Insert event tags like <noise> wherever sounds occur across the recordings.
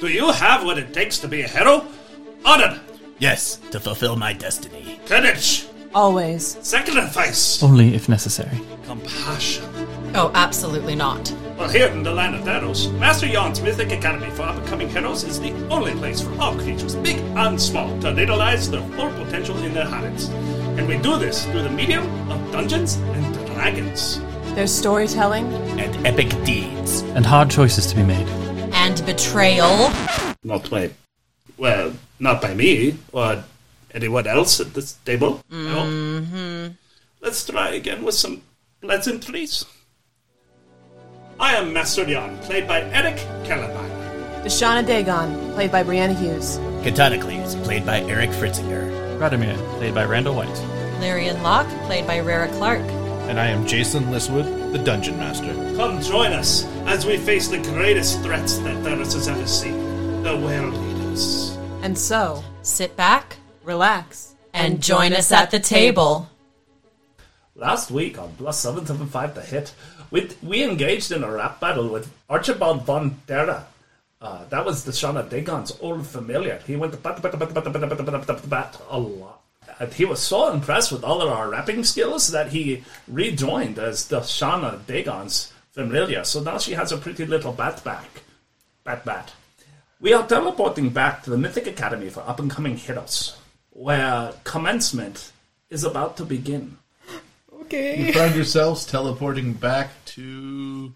Do you have what it takes to be a hero? Honor, Yes, to fulfill my destiny. courage, Always. sacrifice, Only if necessary. compassion. Oh, absolutely not. Well, here in the land of Daros, Master Yon's Mythic Academy for Up-and-Coming Heroes is the only place for all creatures, big and small, to realize their full potential in their habits. And we do this through the medium of Dungeons and Dragons. There's storytelling. And epic deeds. And hard choices to be made. And betrayal. Not by, well, not by me or anyone else at this table. Mm-hmm. Let's try again with some pleasantries. I am Master Yon, played by Eric Kellermeyer. Deshana Dagon, played by Brianna Hughes. Catatonicles, played by Eric Fritzinger. Radomir, played by Randall White. Larian Locke, played by Rara Clark. And I am Jason Liswood, the Dungeon Master. Come join us as we face the greatest threats that Theros has ever seen the world leaders. And so, Sit back relax. and join us at the table. Last week on Plus 775 The Hit, we, we engaged in a rap battle with Archibald Von Terra. Uh, that was the Shauna Dagon's old familiar. He went bat, bat, bat, bat, bat, bat, bat, bat, bat a lot. And he was so impressed with all of our rapping skills that he rejoined as the Shauna Dagon's familiar. So now she has a pretty little bat back. Bat bat. We are teleporting back to the Mythic Academy for Up and Coming Heroes, where commencement is about to begin. Okay. You find yourselves teleporting back to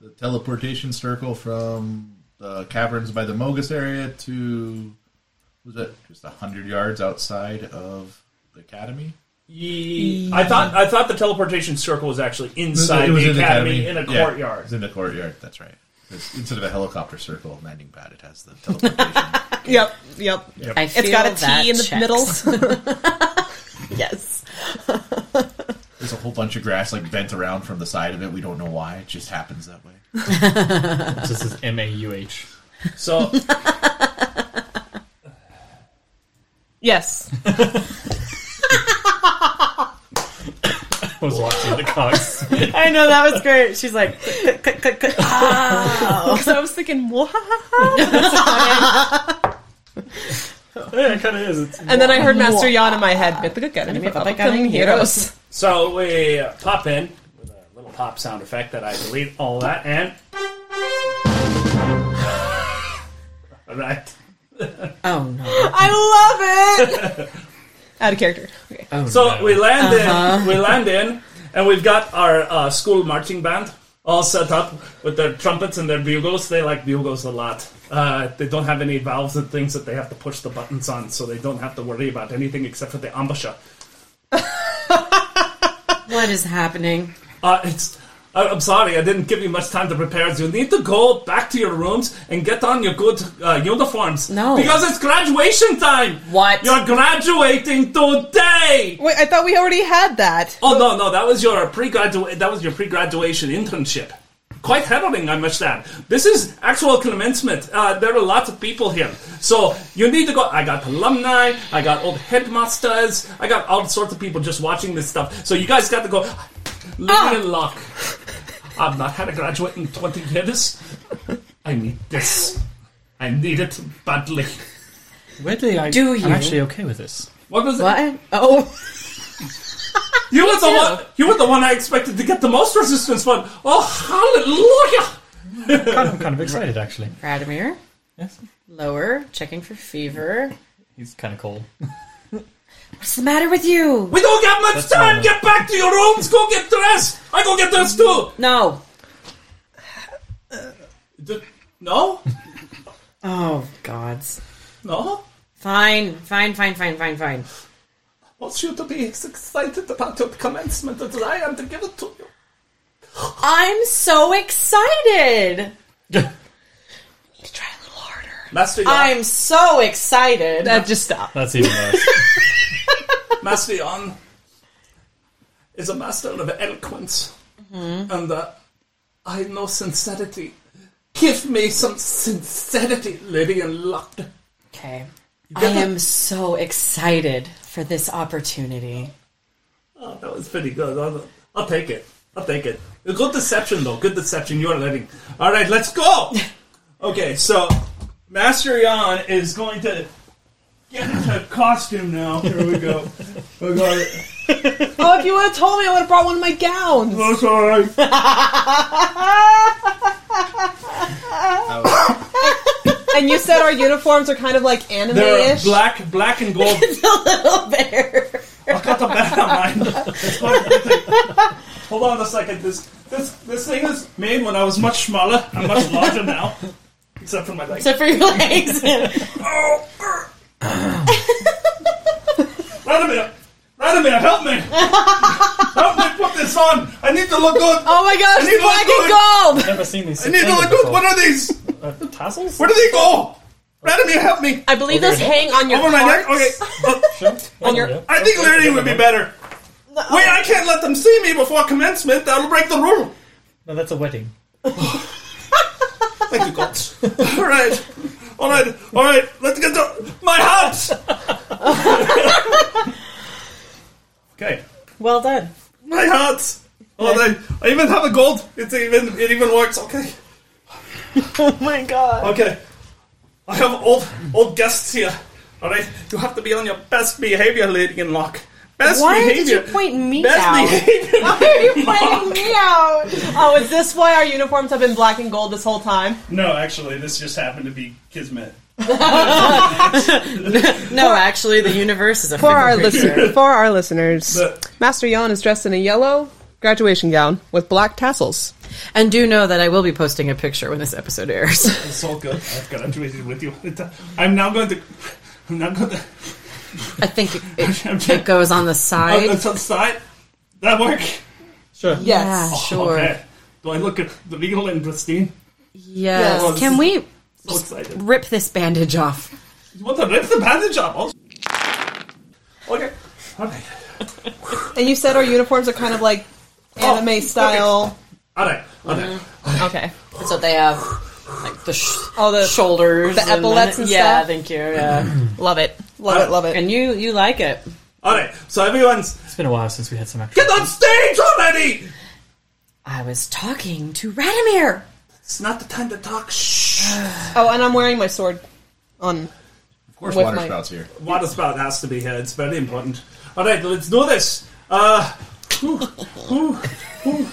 the teleportation circle from the caverns by the Mogus area to was it just a hundred yards outside of the academy? Ye- I thought I thought the teleportation circle was actually inside It was the, in academy, in a Yeah, courtyard. It's in a courtyard. That's right. It's, instead of a helicopter circle landing pad, it has the teleportation. Yep, yep. I It's got a feel that T in the checks. <laughs> middle. <laughs> <laughs> yes. There's a whole bunch of grass like bent around from the side of it. We don't know why. It just happens that way. This is M A U H. <laughs> So Yes. I was watching the <laughs> cogs. I know that was great. She's like, click, click, click, <laughs> click. <laughs> Because I was thinking, "Mwahaha." yeah, it kind of is. It's and then I heard Master Yan in my head. Mythic Academy of Upcoming Heroes. so we uh, pop in with a little pop sound effect that I delete all that and <laughs> all right. Oh no. I <laughs> love it. <laughs> Out of character. Okay. So we land Uh-huh. in, we land in, and we've got our uh, school marching band all set up with their trumpets and their bugles. They like bugles a lot. Uh, they don't have any valves and things that they have to push the buttons on, so they don't have to worry about anything except for the ambusher. What is happening? Uh, it's. I- I'm sorry, I didn't give you much time to prepare. You need to go back to your rooms and get on your good uh, uniforms. No. Because it's graduation time! What? You're graduating today! Wait, I thought we already had that. Oh no, no, that was your pre-graduate. That was your pre-graduation internship. Quite harrowing, I must add. This is actual commencement. Uh, there are lots of people here, so you need to go. I got alumni, I got old headmasters, I got all sorts of people just watching this stuff. So you guys got to go. Living in luck. I've not had a graduate in twenty years. I need this. I need it badly. weirdly, I, Do you? I'm actually okay with this. What was it? What? Oh. You were the one. You were the one I expected to get the most resistance from. Oh, hallelujah! Kind of, I'm kind of excited, actually. Radomir, Yes. lower, checking for fever. <laughs> He's kind of cold. What's the matter with you? We don't got much time. Get back to your rooms. Go get dressed. I go get dressed too. No. D- no, Oh gods. no. Fine, fine, fine, fine, fine, fine. What's you to be as excited about your commencement as I am to give it to you? I'm so excited. Try a little harder. Master Yon, I'm so excited. That just stopped. That's even <laughs> worse. Master Yon is a master of eloquence, Mm-hmm. and uh, I know sincerity. Give me some sincerity, lady and luck. Okay. I am so excited for this opportunity. Oh, that was pretty good. I'll, I'll take it. I'll take it. <laughs> Good deception, though. Good deception. You are letting. All right, let's go. Okay, so Master Yon is going to get into costume now. Here we <laughs> go. I got it. Oh, if you would have told me, I would have brought one of my gowns. That's all right. And you said our uniforms are kind of like anime-ish. They're black, black and <laughs> gold. little bear. I got the back on mine. It's <laughs> fine. Hold on a second. This this this thing is made when I was much smaller. I'm much larger now, except for my legs. Except for your <laughs> legs. Oh, brr. Wait a minute. Wait a minute. <laughs> Help me. Help me put this on. I need to look good. oh my gosh, I need black and gold! Never seen these. I need to look good. What are these? are tassels? Where do they go? Vladimir, help me. I believe those hang on your Over my neck? carts. <laughs> Okay. Uh, on your- I think Larry would be better. Wait, I can't let them see me before commencement. That'll break the rule. No, that's a wedding. Thank you, God. <laughs> All right. All right. All right. Let's get to my house. okay. Well done. My heart. Oh, they, I even have a gold. It's even it even works. Okay. <laughs> Oh my god. Okay. I have old old guests here. All right. You have to be on your best behavior, Lady in Lock. Best Why did behavior. you point me best out? behavior. Why are you pointing me out? Oh, is this why our uniforms have been black and gold this whole time? No, actually, this just happened to be kismet. <laughs> No, actually, the universe is a For our listeners, for our listeners, But- Master Yon is dressed in a yellow graduation gown with black tassels. And do know that I will be posting a picture when this episode airs. It's all good. I've graduated with you. I'm now going to. I'm now going to. I think it, <laughs> I'm it, trying- it goes on the Oh, side. that's outside. That work. Oh, Sure. Yes. Yeah, sure. Okay. Do I look at the legal and pristine? Yes. Yes. Can we So excited. rip this bandage off? You want to rip the bandage off? Also? Okay. All right. And you said our uniforms are kind of like Oh, anime okay. style. Mm-hmm. All right. All right. Okay. That's what they have. Like the sh- All the shoulders, The then- epaulets and yeah, stuff? thank you. Yeah, love it, love it, love it. and you you like it. All right. So everyone's It's been a while since we had some action. get on stage already. I was talking to Radimir. It's not the time to talk. Shh. Oh, and I'm wearing my sword on. Of course, With water my- spouts here. Water spout has to be here. It's very important. All right. Let's do this. Uh. whew, whew, whew.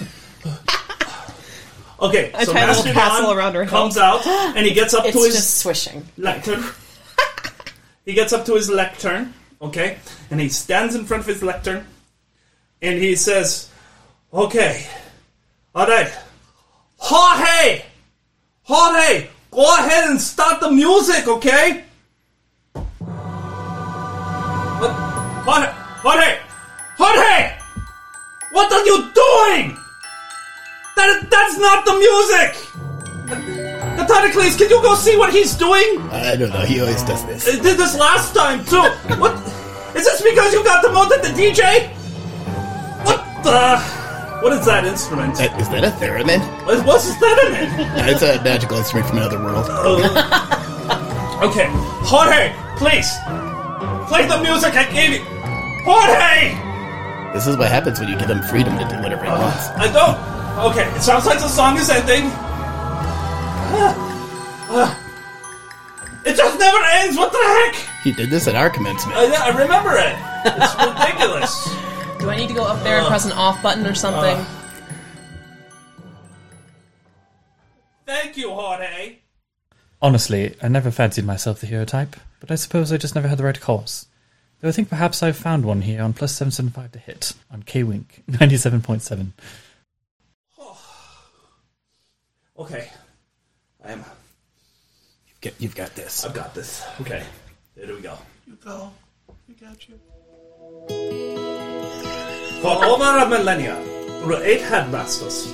Okay, I so tie a little Mastodon tassel around her comes out and he gets up It's to his just swishing. lectern. <laughs> he gets up to his lectern, okay, and he stands in front of his lectern, and he says, "Okay, all right, Jorge, Jorge, go ahead and start the music, okay?" What- Jorge, Jorge, Jorge, what are you doing? That, that's not the music. Catharicles, can you go see what he's doing? I don't know. He always does this. They did this last time too. What? Is this because you got demoted to DJ? What the? What is that instrument? That, is that a theremin? What- What's that in it? That's a magical instrument from another world. Uh, Okay, Jorge, please play the music I gave you. Jorge, This is what happens when you give him freedom to do whatever he wants. I don't. Okay, it sounds like the song is ending. <sighs> Ah, ah. It just never ends. What the heck? He did this at our commencement. I, I remember it. It's ridiculous. <laughs> Do I need to go up there and press an off button or something? Thank you, Jorge. Honestly, I never fancied myself the hero type, but I suppose I just never had the right cause. Though I think perhaps I've found one here on plus 775 to hit on K <laughs> Wink 97.7. Okay, I am. Get- You've got this. I've got this. Okay. Here we go. You go. We got you. For over a millennia, there were eight headmasters,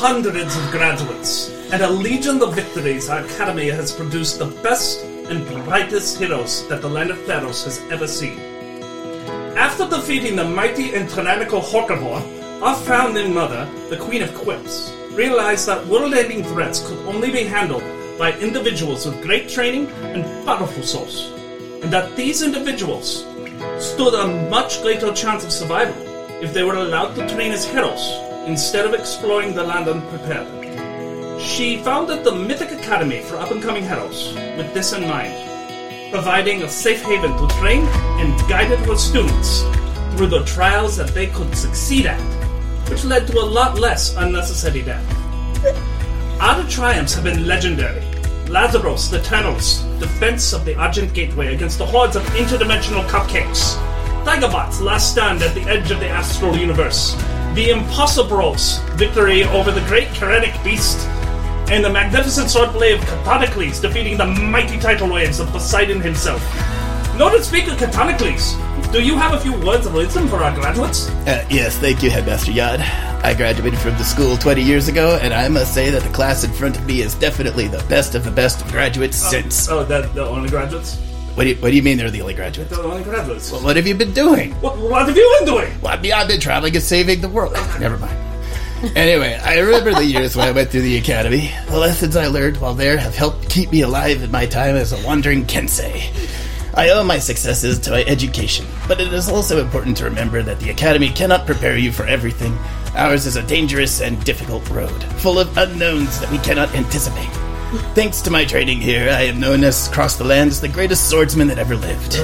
hundreds of graduates, and a legion of victories our academy has produced the best and brightest heroes that the land of Theros has ever seen. After defeating the mighty and tyrannical Horkavor, our founding mother, the Queen of Quips, realized that world-ending threats could only be handled by individuals with great training and powerful souls, and that these individuals stood a much greater chance of survival if they were allowed to train as heroes instead of exploring the land unprepared. She founded the Mythic Academy for up and coming heroes with this in mind, providing a safe haven to train and guided her students through the trials that they could succeed at, which led to a lot less unnecessary death. Other triumphs have been legendary. Lazarus, the Eternals, defense of the Argent Gateway against the hordes of interdimensional cupcakes. Dagobot's last stand at the edge of the astral universe. The Impossible's victory over the great Keratic Beast. And the magnificent swordplay of Catodicles defeating the mighty tidal waves of Poseidon himself. Noted speaker Catodicles, do you have a few words of wisdom for our graduates? Uh, yes, thank you, Headmaster Yad. I graduated from the school 20 years ago, and I must say that the class in front of me is definitely the best of the best of graduates since. Uh, Oh, they're the only graduates? What do, you, what do you mean they're the only graduates? They're the only graduates. What have you been doing? What, what have you been doing? Well, I mean, I've been traveling and saving the world. Never mind. Anyway, I remember the years when I went through the academy. The lessons I learned while there have helped keep me alive in my time as a wandering kensei. I owe my successes to my education, but it is also important to remember that the academy cannot prepare you for everything. Ours is a dangerous and difficult road, full of unknowns that we cannot anticipate. Thanks to my training here, I am known as across the land as the greatest swordsman that ever lived.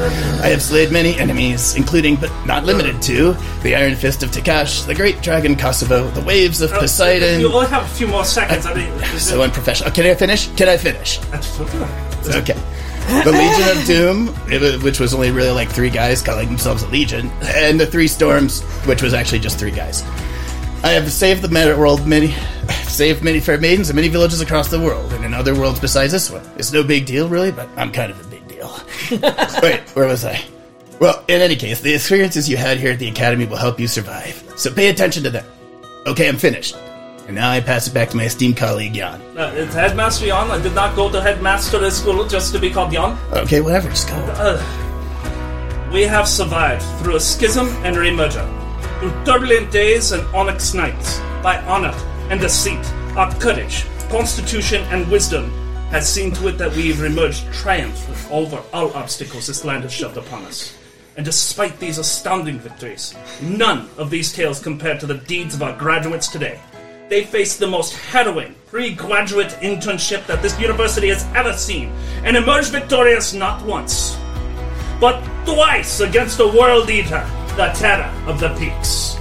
I have slayed many enemies, including but not limited to the Iron Fist of Takash, the Great Dragon Kosovo, the Waves of <laughs> Poseidon. Oh, You only have a few more seconds. I <laughs> mean, is <laughs> So it- unprofessional. Oh, Can I finish? Can I finish? That's okay. Okay. <laughs> The Legion of Doom, it wa- which was only really like three guys calling themselves a Legion, and the Three Storms, which was actually just three guys. I have saved the meta world many, <laughs> I've saved many fair maidens and many villages across the world, and in other worlds besides this one. It's no big deal, really, but I'm kind of a big deal. Wait, where was I? Well, in any case, the experiences you had here at the Academy will help you survive, so pay attention to them. Okay, I'm finished. And now I pass it back to my esteemed colleague, Jan. Uh, it's Headmaster Yon. I did not go to Headmaster at school just to be called Yon. Okay, whatever, just go. Uh, We have survived through a schism and remerger, through turbulent days and onyx nights, by honor and deceit. Our courage, constitution, and wisdom has seen to it that we've remerged triumphant over all obstacles this land has shoved upon us. And despite these astounding victories, none of these tales compare to the deeds of our graduates today. They faced the most harrowing pre-graduate internship that this university has ever seen, and emerged victorious not once, but twice against the World Eater, the Terror of the Peaks.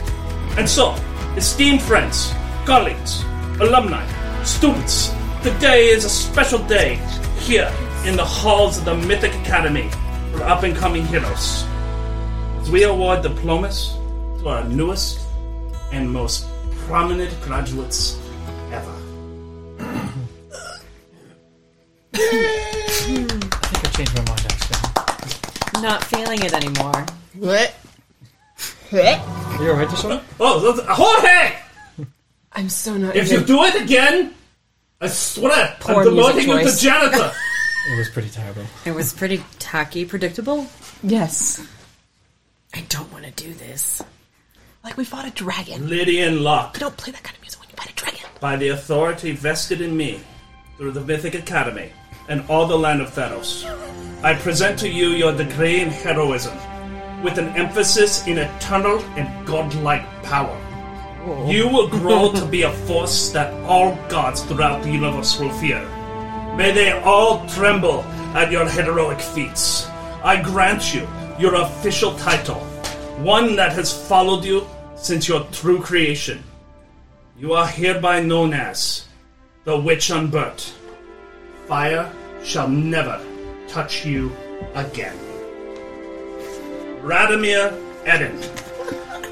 And so, esteemed friends, colleagues, alumni, students, today is a special day here in the halls of the Mythic Academy for up and coming heroes. As we award diplomas to our newest and most prominent graduates ever. I think I changed my mind, actually. Not feeling it anymore. What? Are you alright, Deshaun? Oh, that's- Jorge! I'm so not. If you do it again, I swear, Poor I'm music demoting you to choice. <laughs> janitor. It was pretty terrible. It was pretty tacky, predictable. yes. I don't want to do this. Like we fought a dragon. Lydian Locke. You don't play that kind of music when you fight a dragon. by the authority vested in me through the Mythic Academy and all the land of Theros. I present to you your degree in heroism, with an emphasis in eternal and godlike power. You will grow to be a force that all gods throughout the universe will fear. May they all tremble at your heroic feats. I grant you your official title, one that has followed you since your true creation. You are hereby known as the Witch Unburnt. Fire shall never touch you again. Radomir Eden.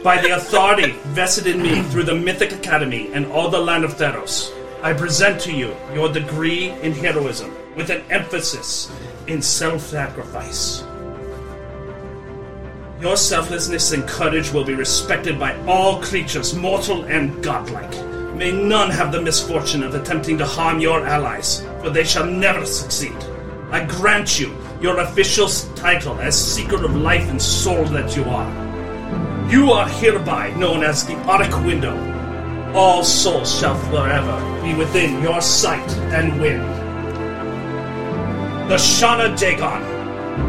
By the authority vested in me through the Mythic Academy and all the land of Theros, I present to you your degree in heroism with an emphasis in self sacrifice. Your selflessness and courage will be respected by all creatures, mortal and godlike. May none have the misfortune of attempting to harm your allies, for they shall never succeed. I grant you your official title as Secret of Life and Soul that you are. You are hereby known as the Arctic Window. All souls shall forever be within your sight and wind. The Shana Dagon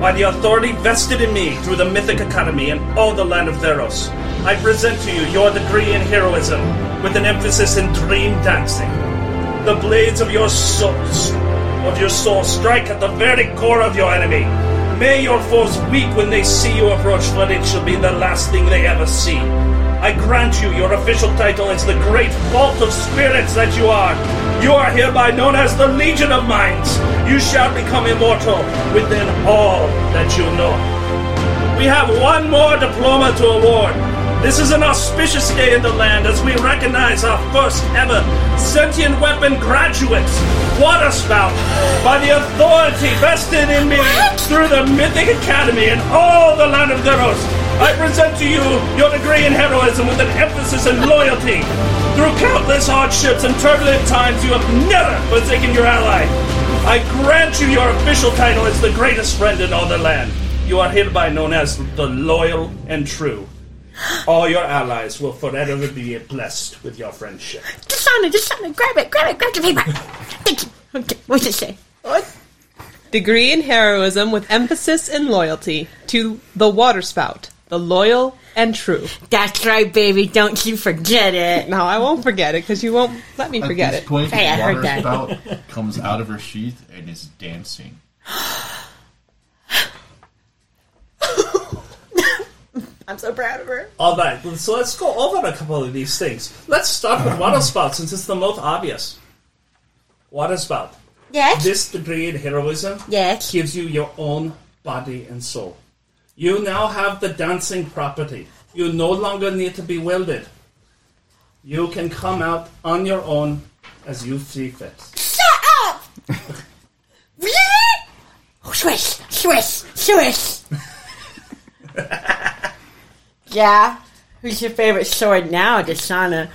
by the authority vested in me through the Mythic Academy and all the land of Theros, I present to you your degree in heroism with an emphasis in dream dancing. The blades of your swords, of your sword, strike at the very core of your enemy. May your foes weep when they see you approach, for it shall be the last thing they ever see. I grant you your official title as the great vault of spirits that you are. You are hereby known as the Legion of Minds. You shall become immortal within all that you know. We have one more diploma to award. This is an auspicious day in the land as we recognize our first ever sentient weapon graduate, Waterspout, by the authority vested in me through the Mythic Academy and all the land of Theros. I present to you your degree in heroism with an emphasis in loyalty. Through countless hardships and turbulent times, you have never forsaken your ally. I grant you your official title as the greatest friend in all the land. You are hereby known as the loyal and true. All your allies will forever be blessed with your friendship. Just on it, just on it. Grab it, grab it, grab the paper. Thank you. Okay, what does it say? Degree in heroism with emphasis in loyalty to the waterspout, the loyal and true. That's right, baby. Don't you forget it. Now I won't forget it because you won't let me forget At this it. point, Hey, I the water heard that. spout comes out of her sheath and is dancing. I'm so proud of her. All right, Oh, so let's go over a couple of these things. Let's start Uh-huh. with water spout since it's the most obvious. Water spout. Yes. This degree in heroism Yes. gives you your own body and soul. You now have the dancing property. You no longer need to be welded. You can come out on your own as you see fit. Shut up! really? Swish, swish, swish. yeah? Who's your favorite sword now, Deshauna?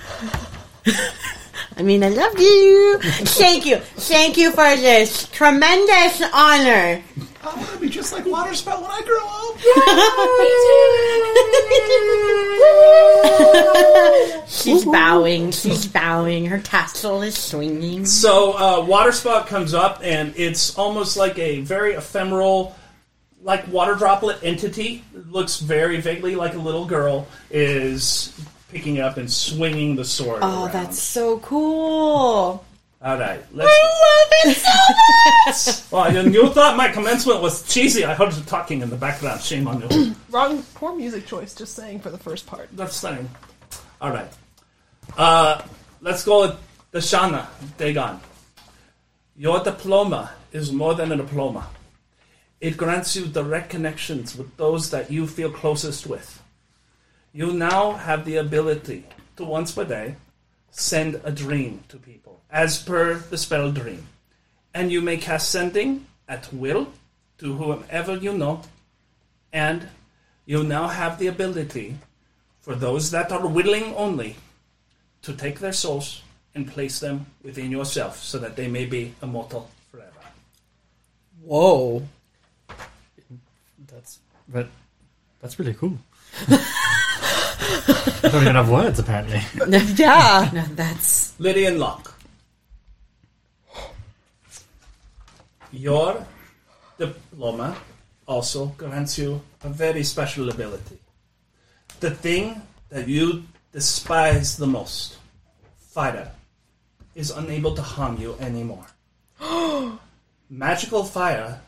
I mean, I love you. Thank you. Thank you for this tremendous honor. I want to be just like water spout when I grow up. She's bowing. She's bowing. Her tassel is swinging. So uh, water spout comes up, and it's almost like a very ephemeral, like water droplet entity. It looks very vaguely like a little girl is picking up and swinging the sword. Oh, around. that's so cool. all right. Let's, <laughs> well, and you thought my commencement was cheesy. I heard you talking in the background. Shame on you. Wrong, poor music choice. Just saying for the first part. that's fine. All right. Uh, let's go with Dashana Dagon. Your diploma is more than a diploma. It grants you direct connections with those that you feel closest with. You now have the ability to once per day send a dream to people, as per the spell dream. And you may cast sending at will to whomever you know, and you now have the ability for those that are willing only to take their souls and place them within yourself so that they may be immortal forever. Whoa. That's but that's really cool. I don't even have words apparently. Yeah. No, that's Lydian Locke. Your diploma also grants you a very special ability. The thing that you despise the most, fire, is unable to harm you anymore. Magical fire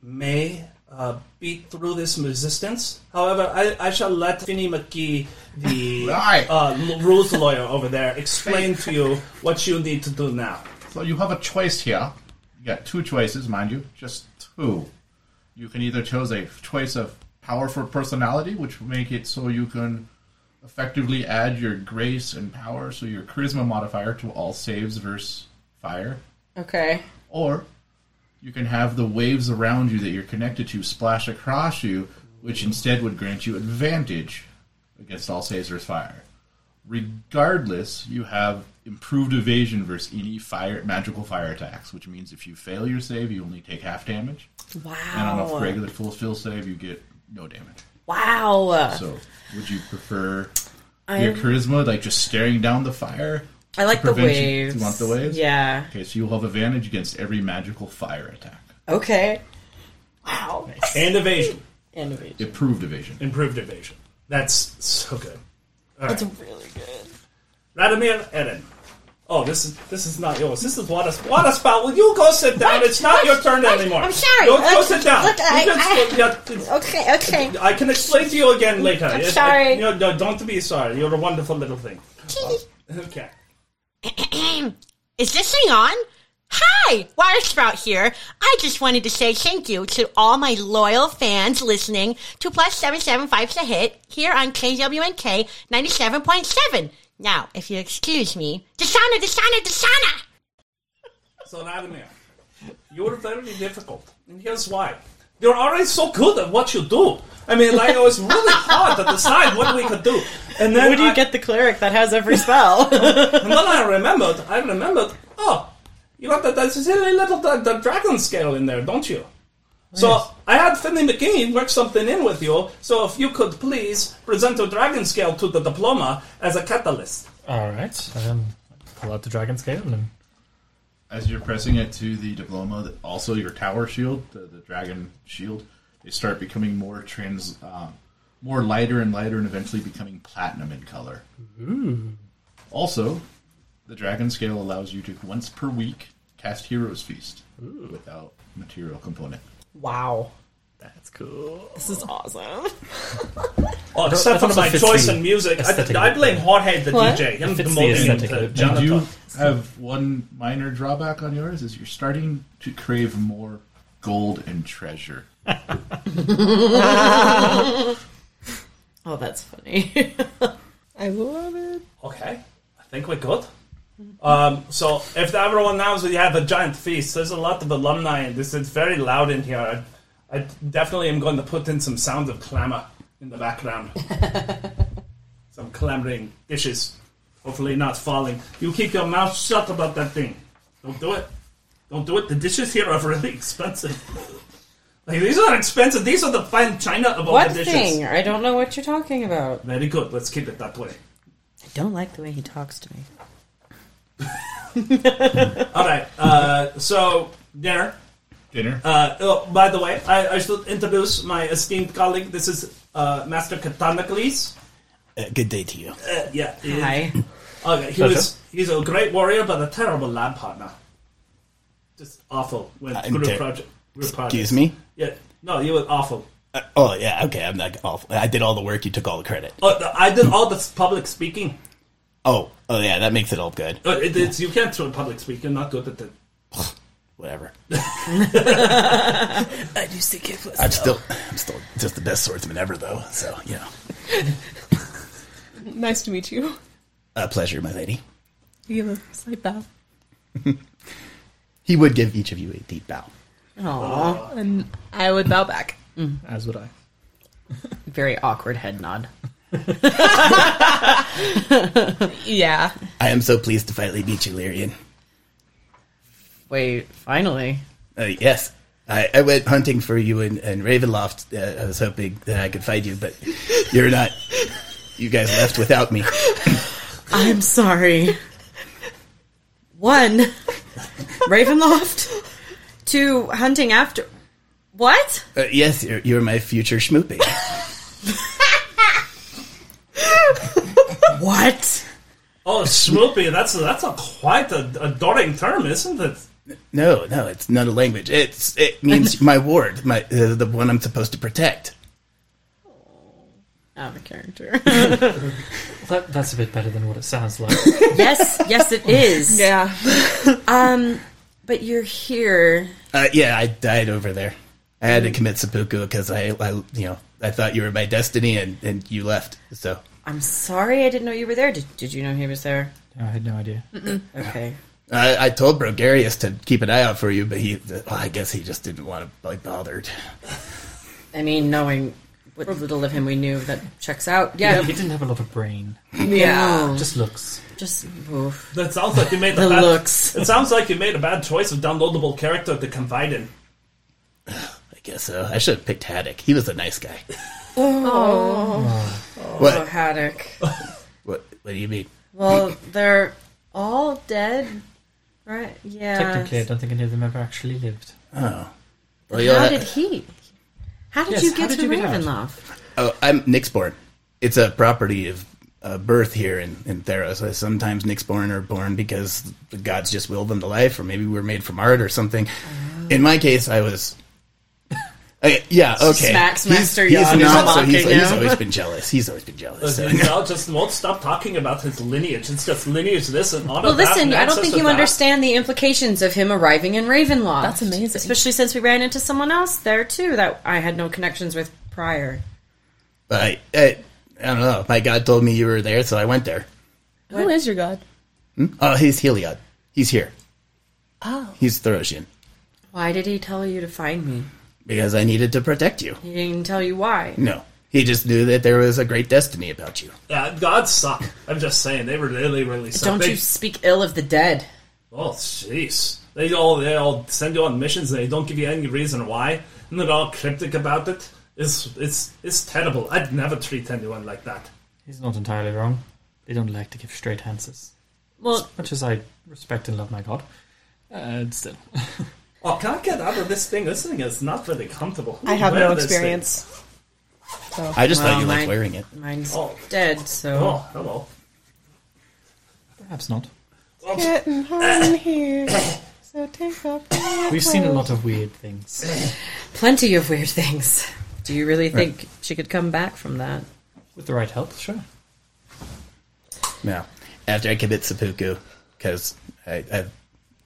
may uh, beat through this resistance. However, I, I shall let Finney McGee, the Right. uh, l- rules lawyer over there, explain to you what you need to do now. So you have a choice here. You got two choices, mind you, just two. You can either choose a choice of powerful personality, which will make it so you can effectively add your grace and power, so your charisma modifier to all saves versus fire, Okay. or you can have the waves around you that you're connected to splash across you, which instead would grant you advantage against all saves versus fire. Regardless, you have improved evasion versus any fire magical fire attacks, which means if you fail your save, you only take half damage, and on Oh. a wow. regular full skill save, you get no damage. Wow. So, would you prefer your charisma, like just staring down the fire? I like the Prevention- waves. You want the waves? Yeah. Okay, so you'll have advantage against every magical fire attack. Okay. And evasion. Improved evasion. Improved evasion. That's so good. That's really good. Radimir Eren. Oh, this is this is not yours. This is water water spout. Will you go sit down? What? It's not What? your turn What? anymore. I'm sorry. Go, go Look- sit down. look, You I- can I- sit- yeah, it's- Okay, <laughs> okay. I can explain to you again later. I'm Yes, sorry. I, no, no, don't be sorry. You're a wonderful little thing. Okay. <clears throat> Is this thing on? Hi, Watersprout here. I just wanted to say thank you to all my loyal fans listening to Plus 775's a hit here on KWNK 97.7. Now, if you'll excuse me, Desana, Desana, Desana! So, Vladimir, you're very difficult. And here's why. You're already so good at what you do. I mean, like, it was really hard to decide what we could do. And then Where do you I- get the cleric that has every spell? <laughs> and then I remembered, I remembered, oh, you got that, that silly little the, the dragon scale in there, don't you? So I had Finley McGee work something in with you, so if you could please present a dragon scale to the diploma as a catalyst. All right. Um, pull out the dragon scale and As you're pressing it to the diploma, that- also your tower shield, the, the dragon shield, they start becoming more trans, um, more lighter and lighter, and eventually becoming platinum in color. Ooh. Also, the dragon scale allows you to once per week cast Hero's Feast without material component. Wow. That's cool. This is awesome. Oh, That- except that for my also fits choice the in music. aesthetic I, I of blame it. Jorge the What? DJ. Him It fits the demoting him aesthetic to of it. You do janitor. have one minor drawback on yours is you're starting to crave more gold and treasure. oh, that's funny. I love it. Okay, I think we're good. Um, so if everyone knows we have a giant feast, there's a lot of alumni, and this is very loud in here. I, I definitely am going to put in some sounds of clamor in the <laughs> background, some clamoring dishes, hopefully not falling. You keep your mouth shut about that thing. Don't do it. Don't do it. The dishes here are really <laughs> expensive. like these are expensive. These are the fine china of all What the dishes. thing? I don't know what you're talking about. Very good. Let's keep it that way. I don't like the way he talks to me. All right. Uh, so dinner. Dinner. Uh, oh, by the way, I, I should introduce my esteemed colleague. This is uh, Master Katanacles. Uh, good day to you. Uh, yeah. he- Hi. Okay. He Pleasure. was, he's a great warrior, but a terrible lab partner. Just awful. When I'm group ter- project. group project. Excuse me? Yeah. No, you were awful. Uh, oh, yeah, okay. I'm not awful. I did all the work. You took all the credit. Oh, th- I did all the public speaking. Oh, oh, yeah, that makes it all good. Uh, it- it's, you can't do public speaking. You're not good at it. Whatever. I used to give us. I'm still, I'm still just the best swordsman ever, though. So, you know, Nice to meet you. a pleasure, my lady. You give a slight bow. He would give each of you a deep bow. Aww. And I would bow back. As would I. Very awkward head nod. Yeah. I am so pleased to finally meet you, Lyrian. Wait, finally. Uh, yes. I, I went hunting for you in, in Ravenloft. Uh, I was hoping that I could find you, but you're not. You guys left without me. I'm sorry. <laughs> One, <laughs> Ravenloft. Two, hunting after. What? Uh, yes, you're, you're my future schmoopy. what? Oh, Smoopy, that's that's a quite a, a daunting term, isn't it? No, no, it's not a language. It's it means my ward, my uh, the one I'm supposed to protect. Out of character. That, that's a bit better than what it sounds like. yes, yes, it is. Yeah. um, but you're here. Uh, yeah, I died over there. I had to commit seppuku because I, I, you know, I thought you were my destiny, and, and you left. So I'm sorry, I didn't know you were there. Did, did you know he was there? I had no idea. Okay. I, I told Brogarius to keep an eye out for you, but he, well, I guess he just didn't want to be bothered. I mean, knowing what little of him we knew, that checks out. Yeah. He didn't have a lot of brain. Yeah. Just looks. Just oof. That sounds like you made a The bad, looks. It sounds like you made a bad choice of downloadable character to confide in. I guess so. I should have picked Haddock. He was a nice guy. Oh. What? Oh, Haddock. What? What do you mean? Well, they're all dead, right? Yeah. Technically, I don't think any of them ever actually lived. Oh. Well, you'll How have- did he? How did Yes, you how get did to you get out? Ravenloft? Oh, I'm Nixborn. It's a property of uh, birth here in, in Theros. Uh, Sometimes Nyx born are born because the gods just willed them to life, or maybe we were made from art or something. In my case, I was. <laughs> Okay, yeah, She okay. smacks he's, Master he's Yawn in not, so the he's, pocket he's now. always been jealous. He's always been jealous. so- Y'all just won't stop talking about his lineage. It's just lineage this and all Well, of that listen, and I don't think ancestor you that. understand the implications of him arriving in Ravenloft. That's amazing. Especially since we ran into someone else there, too, that I had no connections with prior. But I, I, I don't know. My god told me you were there, so I went there. Who is your god? Hmm? Oh, he's Heliod. He's here. Oh. He's Therosian. Why did he tell you to find me? Because I needed to protect you. He didn't tell you why. No. He just knew that there was a great destiny about you. Yeah, gods suck. I'm just saying they really, really suck. Don't They- you speak ill of the dead. Oh, jeez. They all they all send you on missions and they don't give you any reason why, and they're all cryptic about it. It's it's it's terrible. I'd never treat anyone like that. He's not entirely wrong. They don't like to give straight answers. Well- as much as I respect and love my god, uh, still. Oh, can I get out of this thing? This thing is not very comfortable. I have Wear no this experience. So. I just thought you Oh, Well, liked my- wearing it. Mine's Oh. dead, so. thing. Oh, hello. Perhaps not. Getting hot in here, so take off. your We've seen a clothes. lot of weird things. Plenty of weird things. Do you really think she could come back from that? With the right help, sure. No. After I commit seppuku, because I, I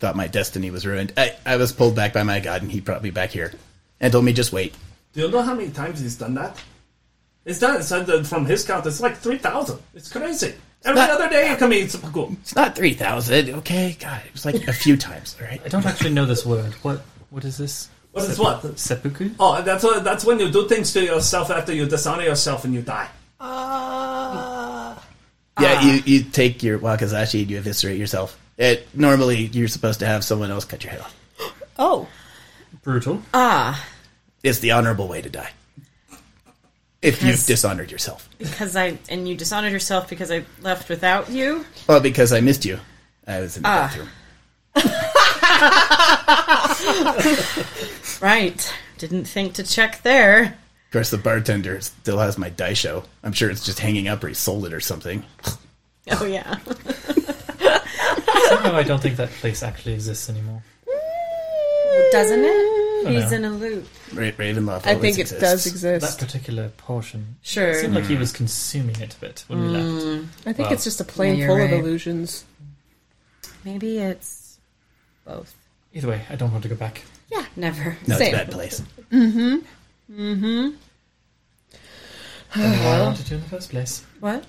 thought my destiny was ruined, I, I was pulled back by my god, and he brought me back here and told me just wait. Do you know how many times he's done that? It's done. It's done from his count. It's like three thousand. It's crazy. Every other day you come in. It's cool. It's not 3,000, okay? God, it was like a few times, <laughs> all right? I don't actually know this word. What? What is this? What is Seppu- what? Seppuku? Oh, that's what, that's when you do things to yourself after you dishonor yourself and you die. Yeah, Ah. you, you take your wakizashi and you eviscerate yourself. It, normally, you're supposed to have someone else cut your head off. Oh, Brutal. Ah, It's the honorable way to die. If Because- you've dishonored yourself. because I. And you dishonored yourself because I left without you? Well, because I missed you. I was in the Ah. bathroom. Right. Didn't think to check there. <laughs> Of course, the bartender still has my die show. I'm sure it's just hanging up or he sold it or something. Oh, yeah. Somehow I don't think that place actually exists anymore. Doesn't it? know. He's in a loop. Ra- Ravenloft. I always think it exists. does That exist. particular portion. Sure. It seemed like he was consuming it a bit when we left. I think Well, it's just a plane you're full right. of illusions. Maybe it's both. Either way, I don't want to go back. Yeah, never. No, Same. it's a bad place. I don't know why I wanted to in the first place. What?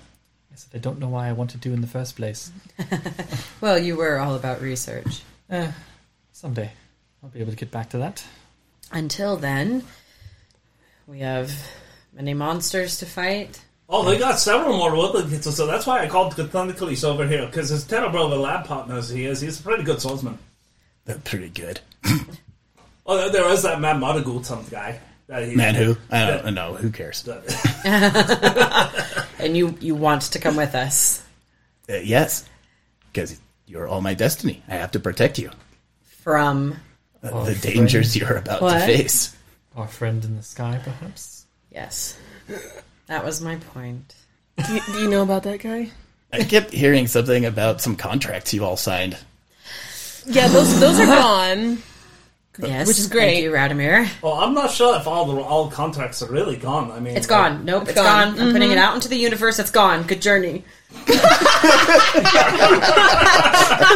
I said I don't know why I wanted to in the first place. Well, you were all about research. Eh, someday I'll be able to get back to that. Until then, we have many monsters to fight. Oh, they got several more Woodland so that's why I called Cathonicles over here, because as terrible of a lab partner as he is, he's a pretty good swordsman. They're pretty good. Oh, there- there is that Matt Mardigal, some guy. That he, Man, who? I don't know. Who cares? Uh, And you, you want to come with us. yes. Because you're all my destiny. I have to protect you. From. Uh, Oh, the friend. dangers you're about What? to face. Our friend in the sky, perhaps. Yes. That was my point. Do you, do you know about that guy? I kept hearing something about some contracts you all signed. Yeah, those those are gone. Yes. Which is great. Thank you, Radimir. <laughs> Oh, I'm not sure if all the all contracts are really gone. I mean, It's gone. Nope, it's gone. Mm-hmm. gone. I'm putting it out into the universe. It's gone. Good <laughs> journey.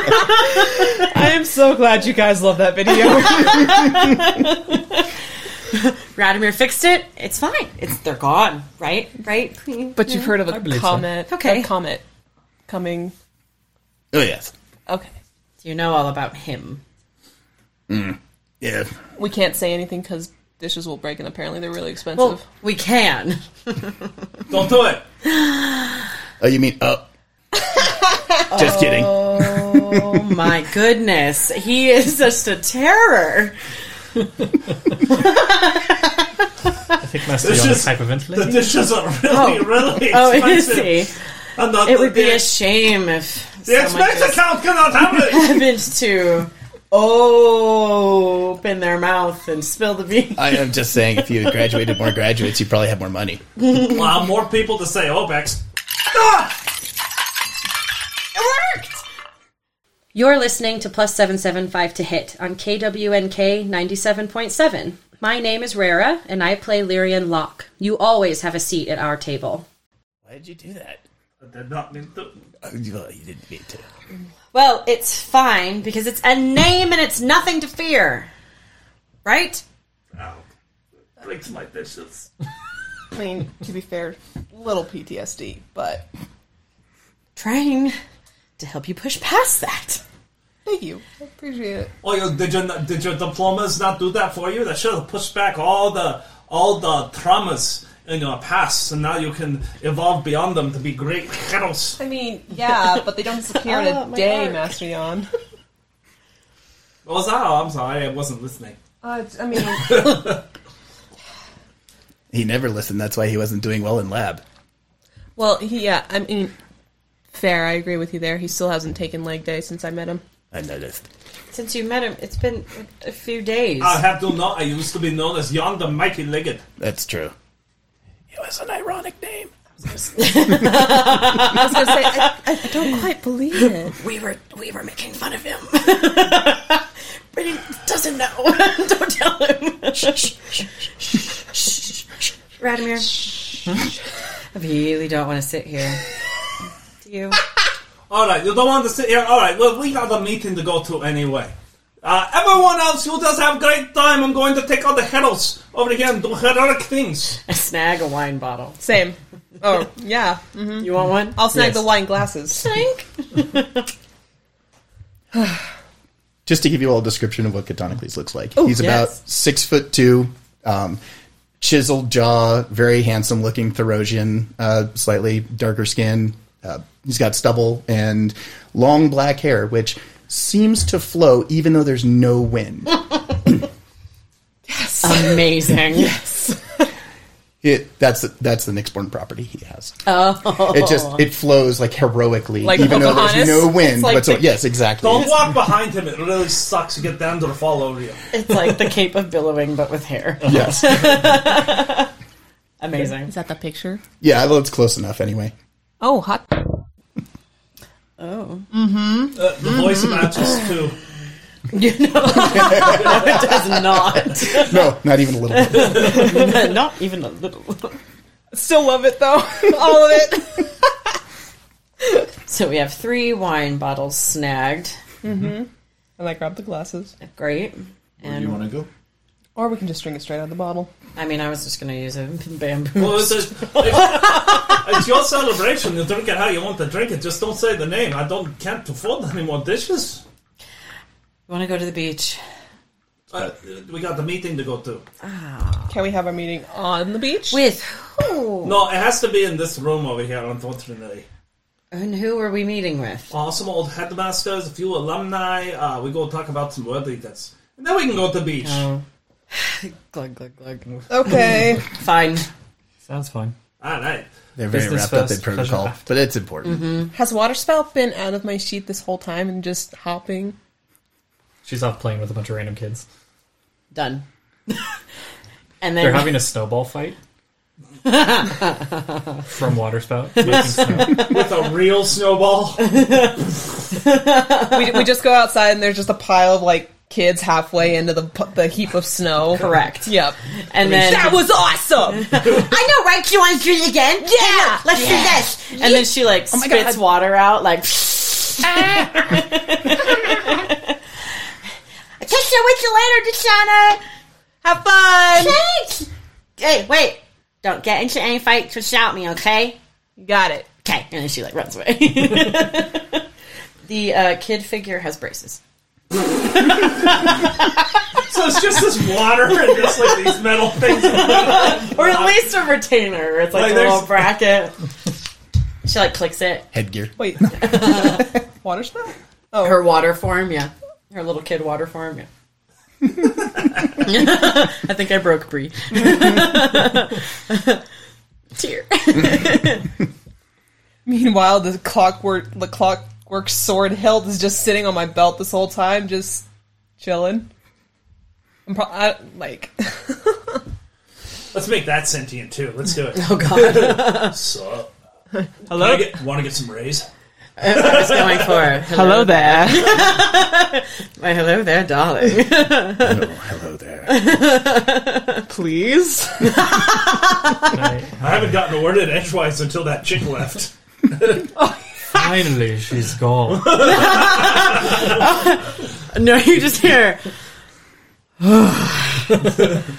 I am so glad you guys love that <laughs> video. Radimir fixed it. It's fine. It's they're gone. Right? Right? <laughs> but you've heard of I a believe so. comet. Okay. a comet coming. Oh, yes. Okay, You know all about him. Yeah. we can't say anything because dishes will break, and apparently they're really expensive. Well, we can. Don't do it. Oh, you mean, <laughs> oh. Just kidding. Oh my goodness. He is just a terror. I think Master This Yon is is- The hyperventilating. dishes are <laughs> really, really Oh, is expensive. he? And the, It would be the, a shame if the someone expense just account cannot have it. <laughs> happened to open their mouth and spill the beans. I am just saying, if you graduated more graduates, you probably have more money. Allow more people to say, "Oh, Bex." It worked! You're listening to Plus 775 to Hit on KWNK 97.7. My name is Rara, and I play Lyrian Locke. You always have a seat at our table. Why did you do that? I did not mean to. Well, you didn't mean to. Well, it's fine because it's a name and it's nothing to fear. Right? Breaks my dishes. I mean, to be fair, little PTSD, but trying to help you push past that. thank you. I appreciate it. Oh, you, did your did your diplomas not do that for you? That should have pushed back all the all the traumas in your past, and now you can evolve beyond them to be great heroes. I mean, yeah, but they don't <laughs> disappear in Ah, a my day, arc. Master Yon. What was that? Oh, I'm sorry, I wasn't listening. Uh, I mean, He never listened. That's why he wasn't doing well in lab. well, he, yeah, I mean, fair. I agree with you there. He still hasn't taken leg day since I met him. I noticed. Since you met him, it's been a few days. I have to know. I used to be known as Yon the Mighty Legged. That's true. It was an ironic name. I was gonna say, I, I don't quite believe it. We were we were making fun of him. <laughs> but he doesn't know. <laughs> Don't tell him. Radimir. I really don't want to sit here. <laughs> Do you? All right, you don't want to sit here. All right, well, we got a meeting to go to anyway. Uh, everyone else, you just have great time. I'm going to take all the heroes over here and do heroic things. Snag a wine bottle. Same. Oh, yeah. hmm You want one? I'll snag Yes. the wine glasses. Snag? Just to give you all a description of what Catonicles looks like. Oh, He's yes. about six foot two, um, chiseled jaw, very handsome looking Therosian, uh, slightly darker skin. Uh, he's got stubble and long black hair, which seems to flow even though there's no wind. Yes. Amazing. <laughs> yes. It, that's that's the Nixborn property he has. Oh. It just it flows like heroically, Like even though Pocahontas? there's no wind. It's like whatsoever. the- yes, exactly. Don't It's- walk behind him. It really sucks to get them to fall over you. It's like the Cape of Billowing, but with hair. <laughs> Yes. Amazing. Is that the picture? Yeah, well, it's close enough anyway. Oh, hot. Oh. Mm-hmm. Uh, the voice matches too. You know, no, it does not. No, not even a little <laughs> bit. <laughs> not even a little. Still love it though. <laughs> All of it. <laughs> So we have three wine bottles snagged. Mm-hmm. And I grab the glasses. Great. Where do you want to go? Or we can just drink it straight out of the bottle. I mean, I was just going to use a bamboo. Well, it's, it's, it's your celebration. You drink it how you want to drink it. Just don't say the name. I don't can't afford any more dishes. You want to go to the beach? Uh, we got the meeting to go to. Can we have a meeting on the beach? With who? No, it has to be in this room over here, unfortunately. And who are we meeting <sighs> with? Uh, some old headmasters, a few alumni. Uh, we go talk about some worthiness. And then we can go to the beach. Oh. <sighs> glug, glug, glug. Okay. <laughs> Fine. Sounds fine. All right. <laughs> They're very Business wrapped up first, in protocol, pleasure but it's important. Mm-hmm. Has Waterspout been out of my sheet this whole time and just hopping? She's off playing with a bunch of random kids. <laughs> Done. and They're having a snowball fight from waterspout. With a real snowball. we, we just go outside and there's just a pile of like kids halfway into the pu- the heap of snow. Correct. Yep. And then- that was awesome. I know, right? You want to do it again? Yeah. let's Yeah. do this. And then she like Oh my spits God. water out, like. I'll catch you with you later, Deshana. Have fun. Thanks. Hey, wait. Don't get into any fights without me, okay? Got it. Okay. And then she like runs <laughs> away. the uh, kid figure has braces. so it's just this water and just like these metal things. or at least a retainer. It's like, Like, a there's- little bracket. She like clicks it. Headgear. Wait. water spout? Oh. Her water form, yeah. Her little kid water form, yeah. <laughs> I think I broke Bree. <laughs> Tear. <laughs> Meanwhile, the clockwork the clockwork sword hilt is just sitting on my belt this whole time, just chilling. I'm pro- I, like <laughs> Let's make that sentient too. Let's do it. Oh, God. Sup? Hello. Want to get some rays? I was going for Hello there. <laughs> My hello there, darling. hello there. Please. I haven't gotten a word in edgewise until that chick left. Finally, she's gone. no, you just hear. <sighs> <laughs>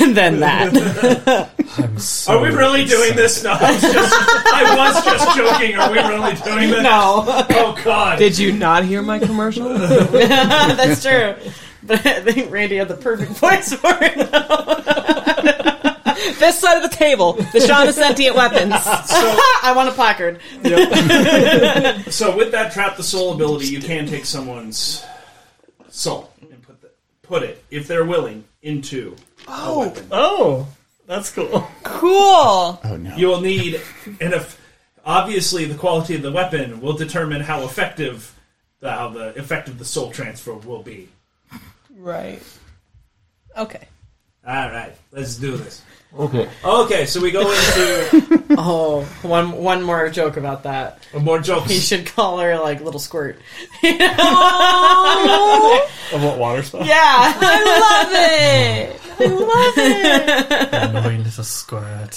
and then that. I'm Are we really doing this? No, I was just, I was just joking. Are we really doing this? No. Oh God. Did you not hear my commercial? <laughs> That's true. But I think Randy had the perfect voice for it. <laughs> this side of the table, the Shauna sentient <laughs> weapons. I want a placard. so with that trap the soul ability, you can take someone's soul and put the, put it, if they're willing, into. Oh, oh, that's cool. cool. Oh no. You will need, and if obviously the quality of the weapon will determine how effective the, how the effect of the soul transfer will be. Right. Okay. All right, let's do this. Okay. Okay, so we go into oh, one one more joke about that. One more joke. He should call her like little squirt. Of what water spell? Yeah, I love it. I it. love Annoying little squirt.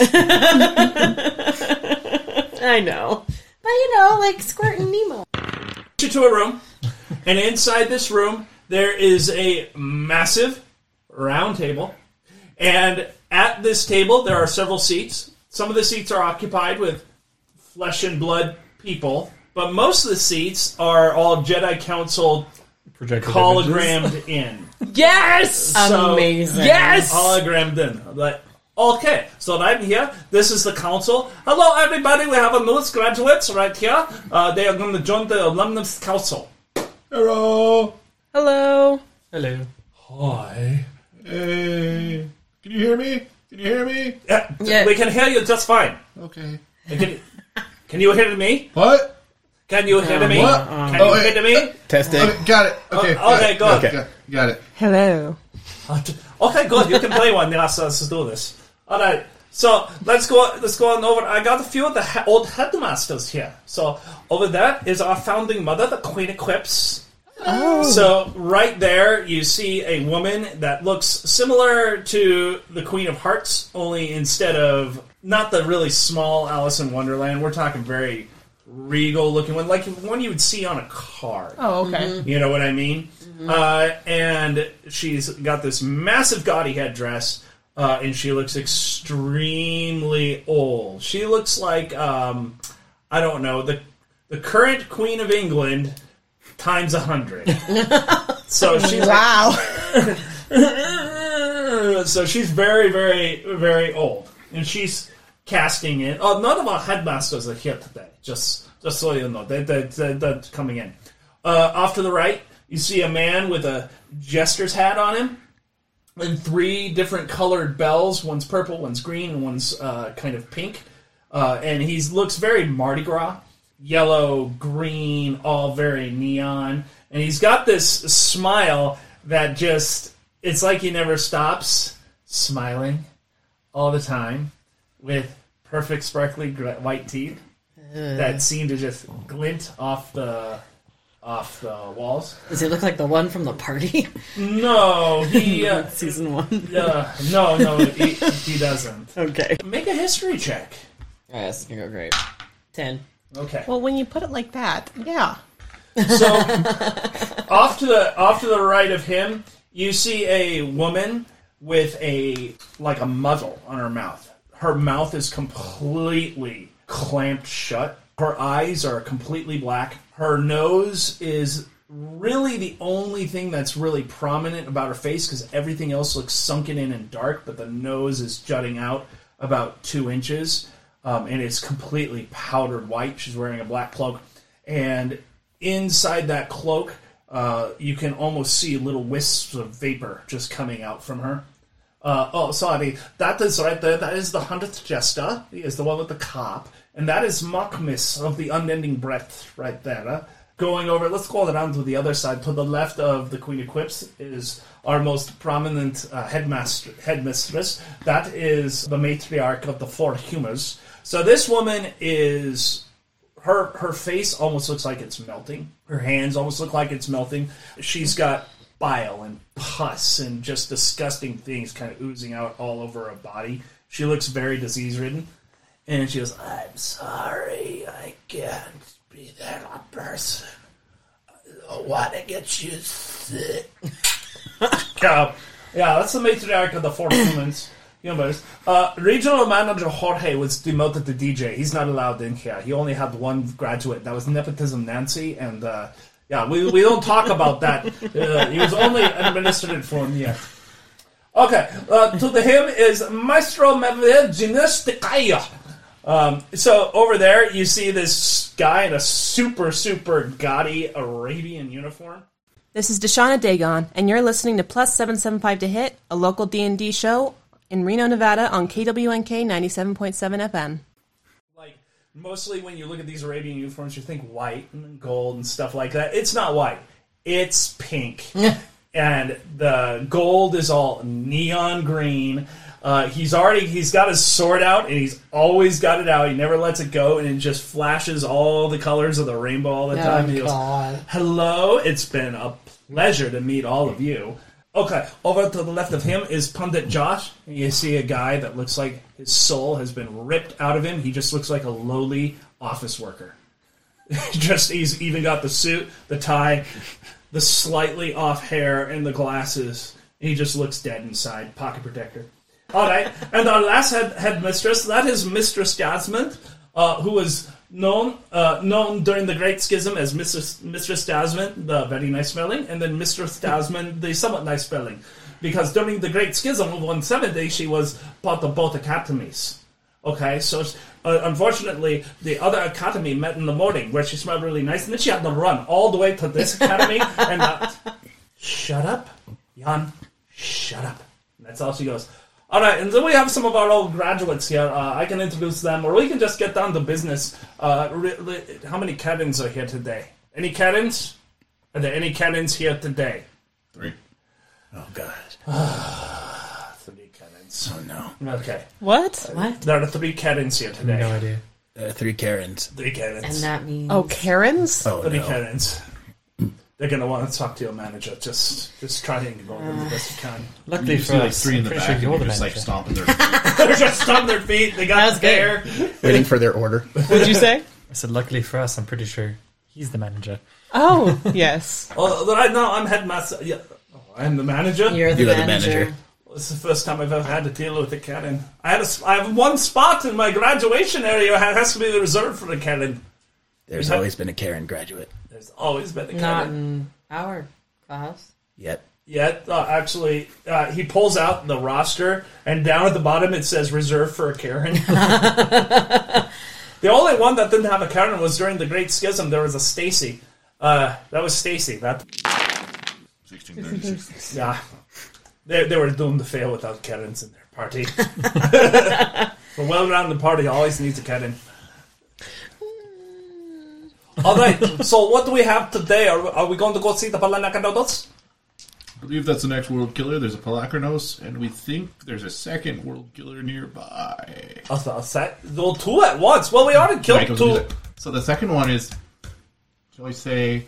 I know, but you know, like Squirt and Nemo. you to a room, and inside this room there is a massive round table, and at this table there are several seats. Some of the seats are occupied with flesh and blood people, but most of the seats are all Jedi Council Projected hologrammed in. Yes! So- Amazing. Yes! Hologrammed in. I'm Like, okay, so I'm here. This is the council. Hello, everybody. We have a newest graduates right here. Uh, they are going to join the alumnus council. Hello. Hello. Hello. Hi. Hey. Can you hear me? Can you hear me? Yeah, Uh, We can hear you just fine. Okay. Can, can you hear me? What? Can you hear me? What? Can Oh, you hey. hear me? Test it. got it. Okay. Oh, okay, got good. it. Got, got it. Hello. Okay, good. You can play one. Yes, let's do this. All right. So let's go. Let's go on over. I got a few of the he- old headmasters here. So over there is our founding mother, the Queen of Quips. Oh. So right there, you see a woman that looks similar to the Queen of Hearts, only instead of not the really small Alice in Wonderland. We're talking very regal looking one, like one you would see on a card. Oh, okay. Mhm. You know what I mean? Uh, and she's got this massive gaudy headdress, uh, and she looks extremely old. She looks like um, I don't know the the current Queen of England times a hundred. so she's Wow. like, <laughs> so she's very, very, very old, and she's casting in. Oh, none of our headmasters are here today. Just, just so you know, they, they, they, they're coming in. Uh, off to the right, you see a man with a jester's hat on him, and three different colored bells. One's purple, one's green, and one's uh, kind of pink. Uh, and he looks very Mardi Gras, yellow, green, all very neon. And he's got this smile that just, it's like he never stops smiling all the time with perfect sparkly gr- white teeth that seem to just glint off the off the walls. Does he look like the one from the <laughs> party? No, <laughs> he uh, season one. uh, no, no, he, he doesn't. Okay. Make a history check. Alright, this is gonna go great. Ten. Okay. Well, when you put it like that, yeah. So off to the off to the right of him, you see a woman with a like a muzzle on her mouth. Her mouth is completely clamped shut. Her eyes are completely black. Her nose is really the only thing that's really prominent about her face because everything else looks sunken in and dark, but the nose is jutting out about two inches, um, and it's completely powdered white. She's wearing a black cloak, and inside that cloak, uh, you can almost see little wisps of vapor just coming out from her. Uh, oh, sorry, that is right there. That is the hundredth jester. He is the one with the carp, and that is Mockmiss of the unending breath right there. going over, let's go around to the other side. To the left of the Queen of Quips is our most prominent uh, headmaster, headmistress. That is the matriarch of the Four Humors. So this woman is her her face almost looks like it's melting. Her hands almost look like it's melting. She's got bile and pus and just disgusting things kind of oozing out all over her body. She looks very disease ridden. And she goes, I'm sorry, I can't be that on person. I don't want to get you sick. <laughs> yeah, Um, yeah, that's the matriarch of the four <coughs> humans. Humans. Uh, regional manager Jorge was demoted to DJ. He's not allowed in here. He only had one graduate. That was nepotism Nancy. And uh, yeah, we, we don't talk about that. Uh, he was only administered for one year. Okay, uh, to the hymn is Maestro Mavigines Tikaya. Um, so over there, you see this guy in a super, super gaudy Arabian uniform. This is Deshauna Dagon, and you're listening to Plus 775 to Hit, a local D&D show in Reno, Nevada on KWNK 97.7 FM. Mostly when you look at these Arabian uniforms, you think white and gold and stuff like that. It's not white, it's pink. and the gold is all neon green. Uh, he's already he's got his sword out and he's always got it out. He never lets it go and it just flashes all the colors of the rainbow all the Oh, time. He goes, God. Hello, it's been a pleasure to meet all of you. Okay, over to the left of him is Pundit Josh. And you see a guy that looks like his soul has been ripped out of him. He just looks like a lowly office worker. <laughs> just he's even got the suit, the tie, the slightly off hair, and the glasses. He just looks dead inside. Pocket protector. All right, and our last head headmistress that is Mistress Jasmine, uh, who was known uh, known during the Great Schism as Mistress Mistress Jasmine, the very nice spelling, and then Mistress Jasmine, the somewhat nice spelling, because during the Great Schism of 170, she was part of both academies. Okay, so uh, unfortunately, the other academy met in the morning where she smelled really nice, and then she had to run all the way to this <laughs> academy. and uh, shut up, Jan, shut up. And that's all she goes. All right, and then we have some of our old graduates here. Uh, I can introduce them, or we can just get down to business. Uh, re- re- how many Karens are here today? Any Karens? Are there any Karens here today? Three. Oh God. Three Karens. Oh no. Okay. What? What? There are three Karens here today. No idea. Uh, three Karens. Three Karens. And that means- Oh, Karens? Oh, three no. Karens. They're gonna want to talk to your manager. Just, just try to involve them the best you <sighs> can. Luckily You see, for like, us, three in the I'm pretty back, sure and you're you're the just like manager. stomping their They're just on their feet. They got there. Waiting for their order. What'd you <laughs> say? I said, luckily for us, I'm pretty sure he's the manager. Oh, <laughs> yes. Oh, right now I'm headmaster. Yeah. Oh, I'm the manager. You're the You're the manager. manager. Well, It's the first time I've ever had to deal with a Karen. I had a s I have one spot in my graduation area that has to be reserved for a Karen. There's Is that- always been a Karen graduate. There's always been a Karen. Not in our class. Yet. Yet, uh, actually, uh, he pulls out the roster, and down at the bottom it says reserved for a Karen. the only one that didn't have a Karen was during the Great Schism. There was a Stacy. Uh, that was Stacy. That. <laughs> 1636. Yeah, they they were doomed to fail without Karens in their party. a well-rounded party always needs a Karen. All right. So, what do we have today? Are, are we going to go see the Palanacanodos? I believe that's the next world killer. There's a Palacranos, and we think there's a second world killer nearby. I thought that well, two at once. Well, we already killed Michael's two. music. So the second one is, shall we say,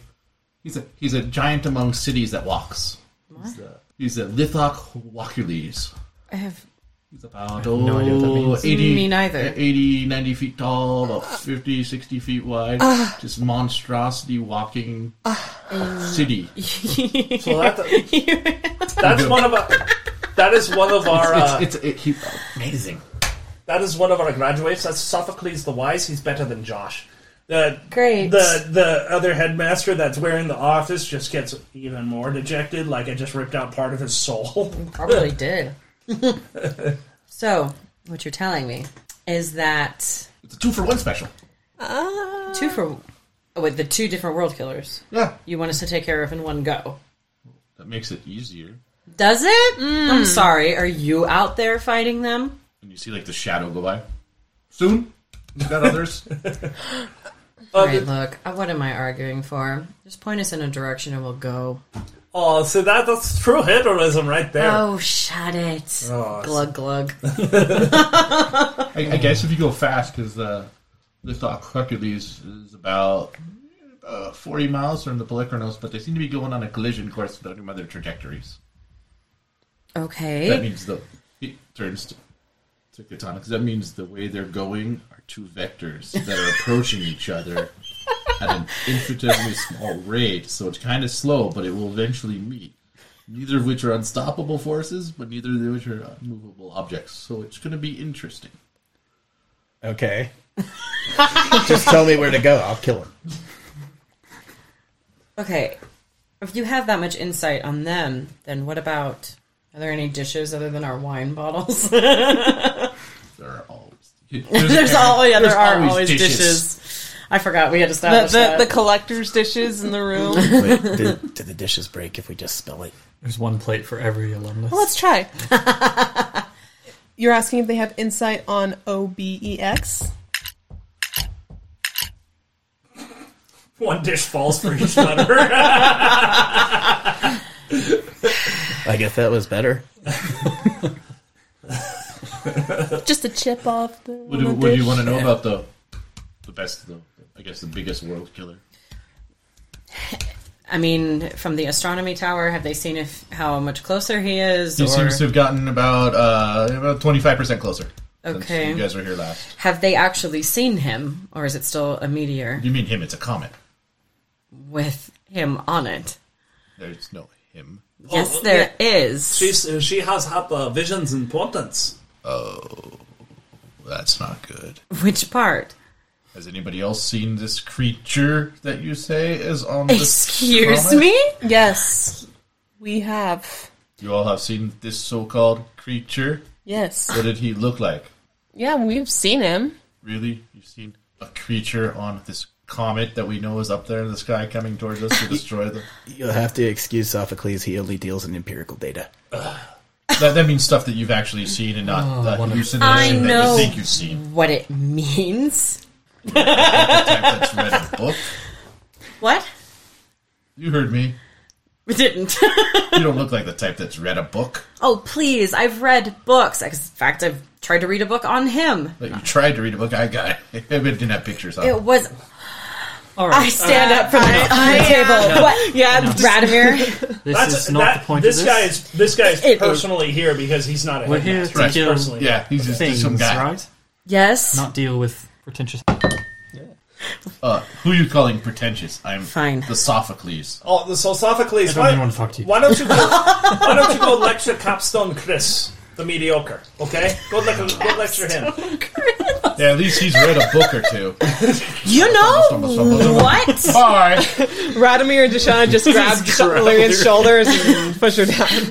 he's a he's a giant among cities that walks. What? He's a Lithok Wakules. I have. He's about oh, have no idea what that means. 80, Me neither. 80, 90 feet tall, about 50, 60 feet wide. Ah. just monstrosity walking city. Eh. <laughs> So that, that's one of our. That is one of our. It's- Uh, it's- it- he- amazing. That is one of our graduates. That's Sophocles the Wise. He's better than Josh. The great the the other headmaster that's wearing the office just gets even more dejected. Like I just ripped out part of his soul. <laughs> Probably did. so, what you're telling me is that it's a two for one special. two for oh, wait, the two different world killers. Yeah, you want us to take care of in one go. That makes it easier. Does it? Mm. Hmm. I'm sorry. Are you out there fighting them? <laughs> And you see like the shadow go by. Soon, you got others. All right, look, uh, what am I arguing for? Just point us in a direction and we'll go. Oh, so that, that's true hedonism right there. Oh, shut it. Oh, I <laughs> glug, glug. I, I guess if you go fast, because the the thought Hercules is about uh, forty miles from the Polychronos, but they seem to be going on a collision course with their other trajectories. Okay. That means the it turns to, to Katana because that means the way they're going are two vectors that are approaching each other at an infinitesimally small rate. So it's kind of slow, but it will eventually meet. Neither of which are unstoppable forces, but neither of which are unmovable objects. So it's going to be interesting. <laughs> Okay. Just tell me where to go. I'll kill him. Okay. If you have that much insight on them, then what about. Are there any dishes other than our wine bottles? <laughs> There are always. there's all yeah, There's there are always always, dishes. I forgot we had The, established the, that. the collector's dishes in the room. Wait, do, do the dishes break if we just spill it? <laughs> There's one plate for every alumnus. Well, let's <laughs> try. You're asking if they have insight on E OBEX? One dish falls for each other. I guess that was better. Just a chip off the. What do, what do you want to know about the the best, the I guess the biggest world killer? I mean, from the astronomy tower, have they seen if how much closer he is? He or seems to have gotten about uh, about twenty five percent closer. since Okay. you guys were here last. have they actually seen him, or is it still a meteor You mean him? It's a comet. with him on it? There's no him. Yes, there is. She's, uh, she has had uh, visions importance. Oh, that's not good. Which part? Has anybody else seen this creature that you say is on? this Excuse comet? me? Yes. We have. You all have seen this so-called creature. Yes. What did he look like? Yeah, we've seen him. Really? You've seen a creature on this comet that we know is up there in the sky coming towards us to destroy <laughs> them? You'll have to excuse Sophocles. He only deals in empirical data. That, that means stuff that you've actually seen and Oh, not the I hallucination that you know think you've seen. what it means. That's read a book. What? You heard me. We didn't. <laughs> You don't look like the type that's read a book. oh, please. I've read books. In fact, I've tried to read a book on him. Like you tried to read a book. I got <laughs> it. It didn't have pictures on It it. was. All I stand up from the I- coffee I- table. No. What? Yeah, No. just- Radimir. That's- that- This, guy is this guy is It is. personally here because he's not a We're here headmaster. to He's deal personally he's just- things, just some guy. right? Yes. Not deal with pretentious. Uh, who are you calling pretentious? I'm fine. The Sophocles. Oh, the so Sophocles. I don't Why, even wanna talk to you. why don't you go? <laughs> why don't you go lecture Capstone Chris, the mediocre? Okay, go lecture, go lecture him. Yeah, at least he's read a book or two. You know Oh, what? <laughs> Bye. Radimir and Deshawn just grabbed Just Sha- grab Larian's her. shoulders and push her down.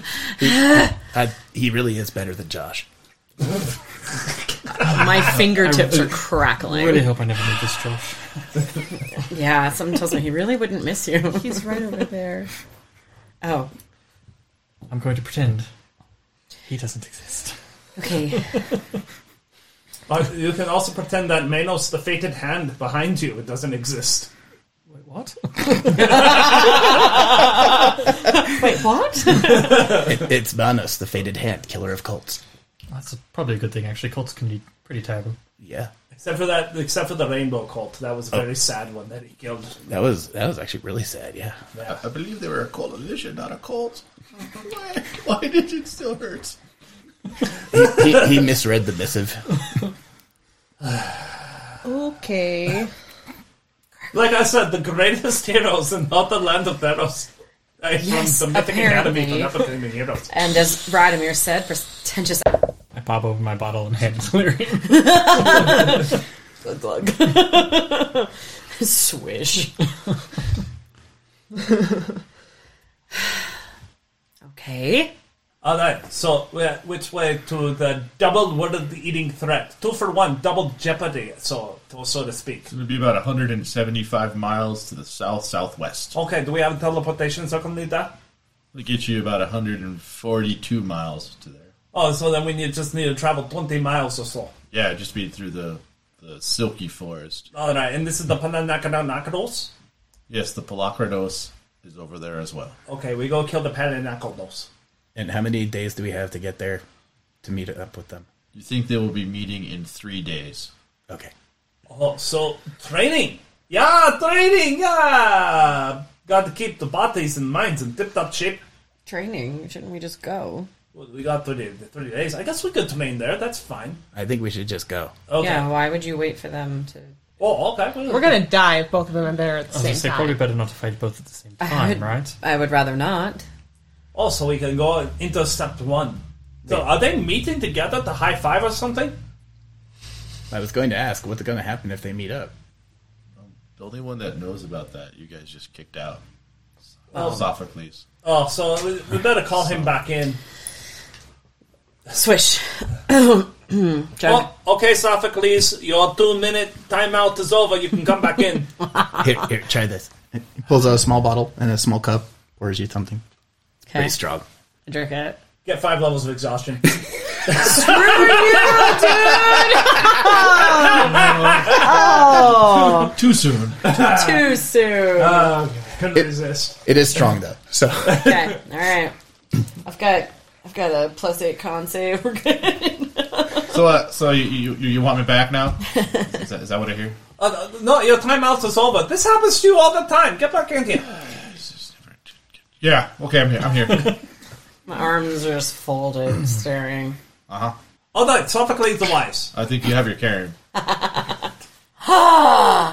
I, he really is better than Josh. My fingertips are crackling. I really hope I never meet this Josh. Yeah, something tells me he really wouldn't miss you. He's right over there. Oh, I'm going to pretend he doesn't exist. okay. Uh, you can also pretend that Manos, the fated hand behind you, it doesn't exist. Wait, what? Wait, what? It, it's Manos, the fated hand, killer of cults. That's probably a good thing, actually. Cults can be pretty terrible. Yeah, Except for that, except for the rainbow cult, that was a Oh. very sad one that he killed. that was that was actually really sad. Yeah, I, I believe they were a coalition, not a cult. Why, why did it still hurt? he, he misread the missive. Okay. Like I said, the greatest <laughs> heroes in all the land of Theros. Uh, Yes, from the Mythic apparently. Academy, but not the Mythic Heroes. And as Radimir said, pretentious. I pop open my bottle and hand it to <laughs> Lyrian. Glug glug. Swish. okay. All right. So, uh, which way to the double word eating threat? Two for one, double jeopardy. So, to, so to speak. It'll be about 175 miles to the south southwest. Okay. Do we have a teleportation circle need that? It'll get you about 142 miles to there. Oh, so then we need just need to travel twenty miles or so. Yeah, just be through the the silky forest. All right, and this is the Pananakanakados. Yes, the Palacrados is over there as well. Okay, we go kill the Pananakanakados. And how many days do we have to get there to meet up with them? You think they will be meeting in three days? Okay. Oh, so training. Yeah, training. Yeah. Got to keep the bodies and minds in tip-top shape. Training? Shouldn't we just go? Well, we got 30, 30 days. I guess we could train there. That's fine. I think we should just go. Okay. Yeah, why would you wait for them to. Oh, okay. We're gonna die if both of them are there at I was gonna say, probably better not to fight both at the <laughs> same I time, would- right? I would rather not. Also, we can go into step one. So, are they meeting together to high five or something? I was going to ask what's going to happen if they meet up. The only one that knows about that, you guys just kicked out. Oh. Sophocles. Oh, so we- we better call him back in. Swish. Oh, okay, Sophocles, your two-minute timeout is over. You can come back in. Here, here, try this. He pulls out a small bottle and a small cup, pours you something. Pretty strong. Drink it. <laughs> Get five levels of <laughs> exhaustion. Screw you, Oh! Too soon. <laughs> Too soon. couldn't resist. It is strong though, so Okay, alright. I've got. I've got a plus eight con save. <laughs> We're good. So, uh, so you, you you want me back now? Is that, is that what I hear? Uh, no, your timeout is over. This happens to you all the time. Get back in here. Yeah. Okay, I'm here. I'm <laughs> here. My arms are just folded, staring. Uh huh. All right, Sophocles the Wise. I think you have your <laughs> Karen. Ah.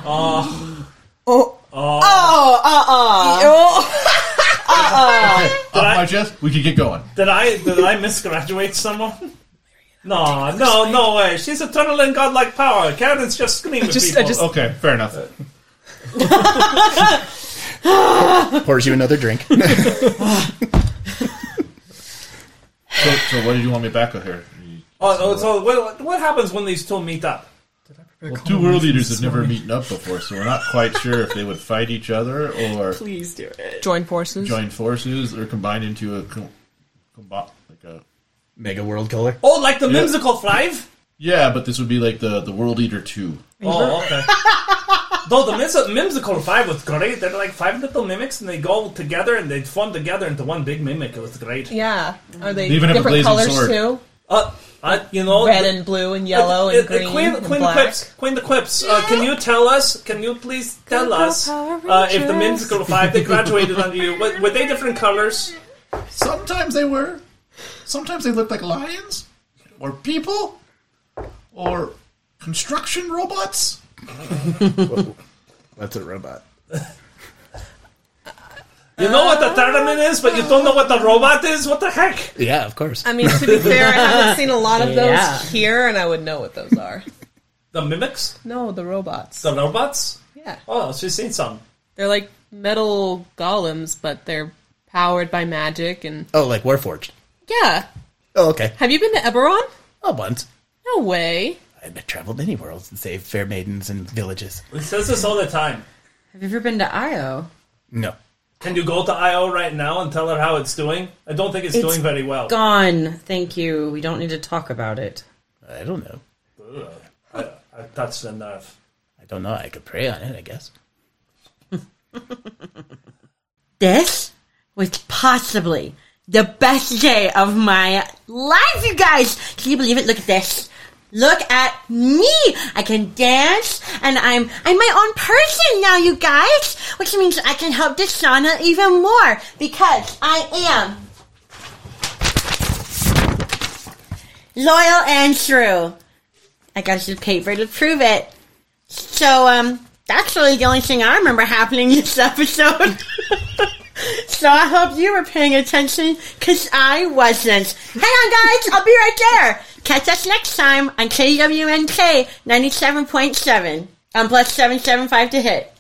Oh. Oh. Oh, Oh, <laughs> uh-uh. uh-uh. Off my chest. We could get going. Did I did I misgraduate someone? No, no, no way. She's eternal in godlike power. Karen's just screaming. I just- I people. just- Okay, fair enough. <laughs> Uh. pours you another drink. So, so what did you want me back with here? You- Oh, oh, so what, what happens when these two meet up? Well, two world leaders have never meeting up before, so we're not quite sure if they would fight each other or Please do it. Join forces. join forces or combine into a com- combo- like a mega world killer. Oh, like the Yeah. whimsical five? Yeah, but this would be like the the world eater two. Oh, okay. <laughs> Though the mims- whimsical five was great. They're like five little mimics, and they go together and they form together into one big mimic. It was great. Yeah. Are they They even have a different blazing colors sword. too? Uh, uh, you know, Red and blue and yellow Uh, and uh, uh, green Queen, and Queen black. Quips, Queen the Quips. Uh, can you tell us? Can you please tell us uh, if the Rangers. Minstrel Five they graduated under you were, were they different colors? Sometimes they were. Sometimes they looked like lions or people or construction robots. That's a robot. You know Uh, what the Terramin is, but you don't know what the robot is. What the heck? Yeah, of course. I mean, to be fair, I haven't seen a lot of those Yeah. here, and I would know what those are. The mimics, No, the robots. the robots. Yeah. Oh, she's seen some. They're like metal golems, but they're powered by magic and Oh, like Warforged. yeah. Oh, okay. Have you been to Eberron? Oh, once No way. I've traveled many worlds and saved fair maidens and villages. He says this all the time. Have you ever been to Io? No. Can you go to IO right now and tell her how it's doing? I don't think it's, It's doing very well. Gone. Thank you. We don't need to talk about it. I don't know. Ugh. I, I touched the nerve. I don't know. I could pray on it, I guess. This was possibly the best day of my life, you guys. Can you believe it? Look at this. Look at me. I can dance and I'm, I'm my own person now, you guys, which means I can help this sauna even more because I am loyal and true. I got some paper to prove it. So, um, that's really the only thing I remember happening this <laughs> episode. so I hope you were paying attention, because I wasn't. Hang on, guys! I'll be right there! Catch us next time on KWNK 97.7 on plus 775 to hit.